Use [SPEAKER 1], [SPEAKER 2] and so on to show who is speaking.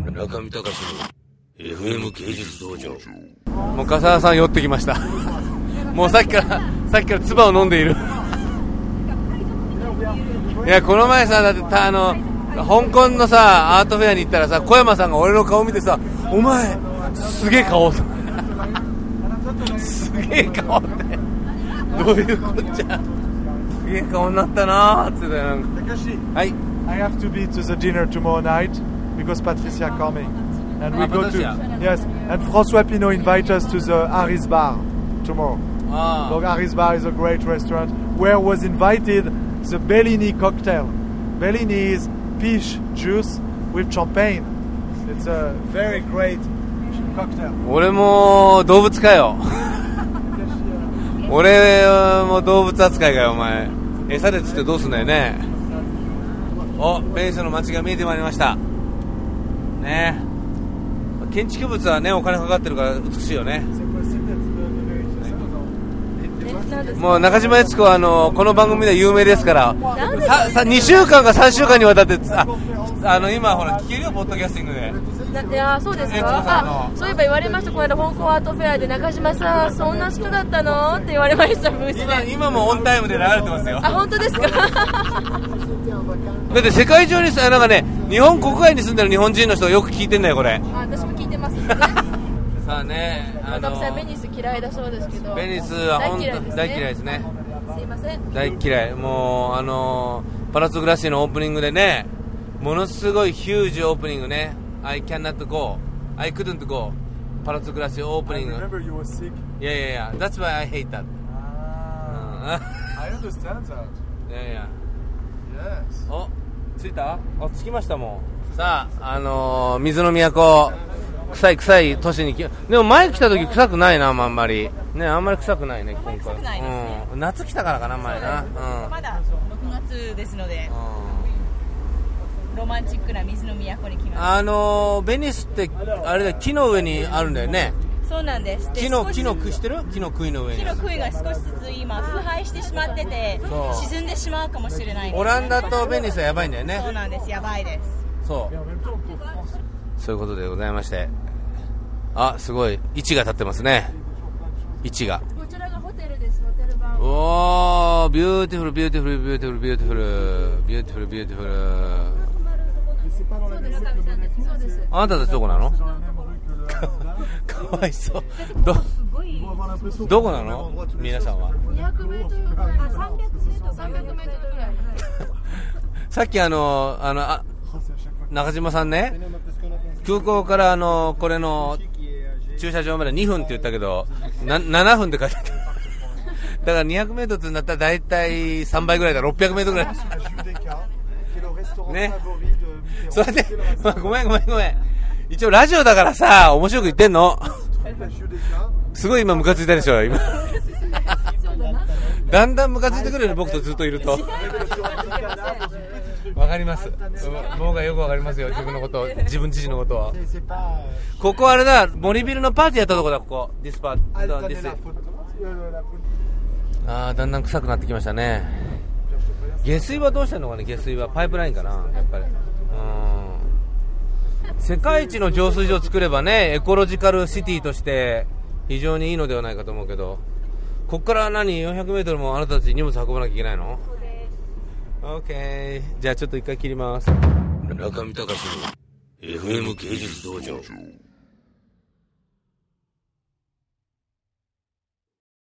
[SPEAKER 1] 村上隆の FM 芸術道場
[SPEAKER 2] もう笠原さん酔ってきました もうさっきからさっきから唾を飲んでいるいやこの前さだってたあの香港のさアートフェアに行ったらさ小山さんが俺の顔見てさ「お前すげえ顔」すげえ顔ってどういうこっちゃすげえ顔になったなーっつってたよなんか
[SPEAKER 3] Takashi,
[SPEAKER 2] はい
[SPEAKER 3] I have to be to the dinner tomorrow night because Patricia coming. And we
[SPEAKER 2] Ah,
[SPEAKER 3] go to
[SPEAKER 2] Patricia.
[SPEAKER 3] yes, and François Pinault invite us to the Harris Bar tomorrow.
[SPEAKER 2] あー
[SPEAKER 3] Dog Harris Bar is a great restaurant where was invited the Bellini cocktail. Bellini is peach juice with champagne. It's a very great cocktail.
[SPEAKER 2] 俺も動物か よ俺も動物扱いかよお前餌で釣ってどうすんだよねおベニスの街が見えてまいりましたねえ建築物はねお金かかってるから美しいよねもう中島悦子はあのこの番組では有名ですからささ2週間か3週間にわたってああの今ほら聞けるよポッドキャスティングで
[SPEAKER 4] だってあーそうです
[SPEAKER 2] 悦子
[SPEAKER 4] か
[SPEAKER 2] さんの
[SPEAKER 4] あそういえば言われましたこの間香港アートフェアで中島さんそんな人だったのって言われましたブースで
[SPEAKER 2] 今今もオンタイムで流れてますよ
[SPEAKER 4] あ本当ですか
[SPEAKER 2] だって世界中にさなんかね日本国外に住んでる日本人の人がよく聞いてんだよこれ
[SPEAKER 4] あ私も聞いてます
[SPEAKER 2] さあねあ
[SPEAKER 4] 中
[SPEAKER 2] の
[SPEAKER 4] 島さんベニス嫌いだそうですけど
[SPEAKER 2] ベニスは本当大嫌いですすね
[SPEAKER 4] すいません
[SPEAKER 2] 大嫌いもうあのパラツグラシーのオープニングでねものすごいヒュージオープニングね I cannot go I couldn't go パラツグラシーオープ
[SPEAKER 3] I
[SPEAKER 2] ニング
[SPEAKER 3] remember you were sick. Ah,
[SPEAKER 2] いやいやいや That's why I hate that う
[SPEAKER 3] I understand that.
[SPEAKER 2] ん いやいや
[SPEAKER 3] Yes.
[SPEAKER 2] お着いたあ着きましたもうさああのー、水の都臭い臭い都市に来でも前来た時臭くないなあんまりねあんまり臭くないね今回
[SPEAKER 5] 臭くないですね
[SPEAKER 2] うん、夏来たからかな前な
[SPEAKER 5] まだ6月ですので
[SPEAKER 2] う、ん、うん、
[SPEAKER 5] ロマンチックな水の都に来ま
[SPEAKER 2] あのー、ベニスってあれだ木の上にあるんだよね
[SPEAKER 5] す。そうなんです。で
[SPEAKER 2] 木の
[SPEAKER 5] 少し
[SPEAKER 2] 木の知ってる木の杭の上に
[SPEAKER 5] 木の杭が少しずつ今腐敗してしまってて
[SPEAKER 2] そう
[SPEAKER 5] 沈んでしまうかもしれないです。
[SPEAKER 2] オランダとベニスはやばいんだよね
[SPEAKER 5] そうなんです。やばいです。
[SPEAKER 2] そうそういうことでございましてあすごい位置が立ってますね位置が
[SPEAKER 4] こちらがホテルですホテル版
[SPEAKER 2] おー、ビューティフル、ビューティフル、ビューティフル、ビューティフル、ビューティフル、ビューティフル。
[SPEAKER 4] そうです村上さんですそうです
[SPEAKER 2] あなたたちどこなのかわいそう。ど、どこなの皆さんは。
[SPEAKER 4] 200メートルぐらい300メートル300メートルぐらい
[SPEAKER 2] さっきあの、あの、あ中島さんね、空港からあの、これの駐車場まで2分って言ったけど、な7分って書いてあった。だから200メートルになったら大体3倍ぐらいだ、600メートルぐらい。
[SPEAKER 3] Judeka, qui est
[SPEAKER 2] Mais-
[SPEAKER 3] le restaurant favori de Mitterrand.
[SPEAKER 2] それで
[SPEAKER 3] Quel restaurant
[SPEAKER 2] ま あごめんごめんごめん。一応ラジオだからさ、面白く言ってんの。
[SPEAKER 3] La Judeka.
[SPEAKER 2] すごい今ムカついたでしょ、今。だんだんムカついてくるよね、僕とずっといると。わかります。僕がよくわかりますよ、自分のこと、自分自身のことは。
[SPEAKER 3] Et c'est pas.
[SPEAKER 2] ここあれだ、森ビルのパーティーやったとこだ、ここ。ディスパ
[SPEAKER 3] Euh,
[SPEAKER 2] ー、ディス。
[SPEAKER 3] Altanella Euh, la poule.
[SPEAKER 2] ああ、だんだん臭くなってきましたね。下水はどうしてんのかね、下水は。パイプラインかな、やっぱり。うん。世界一の浄水場を作ればね、エコロジカルシティとして非常にいいのではないかと思うけど、こっから何、400メートルもあなたたち荷物運ばなきゃいけないの ?OK。じゃあちょっと一回切ります。
[SPEAKER 1] 村上隆の FM 芸術道場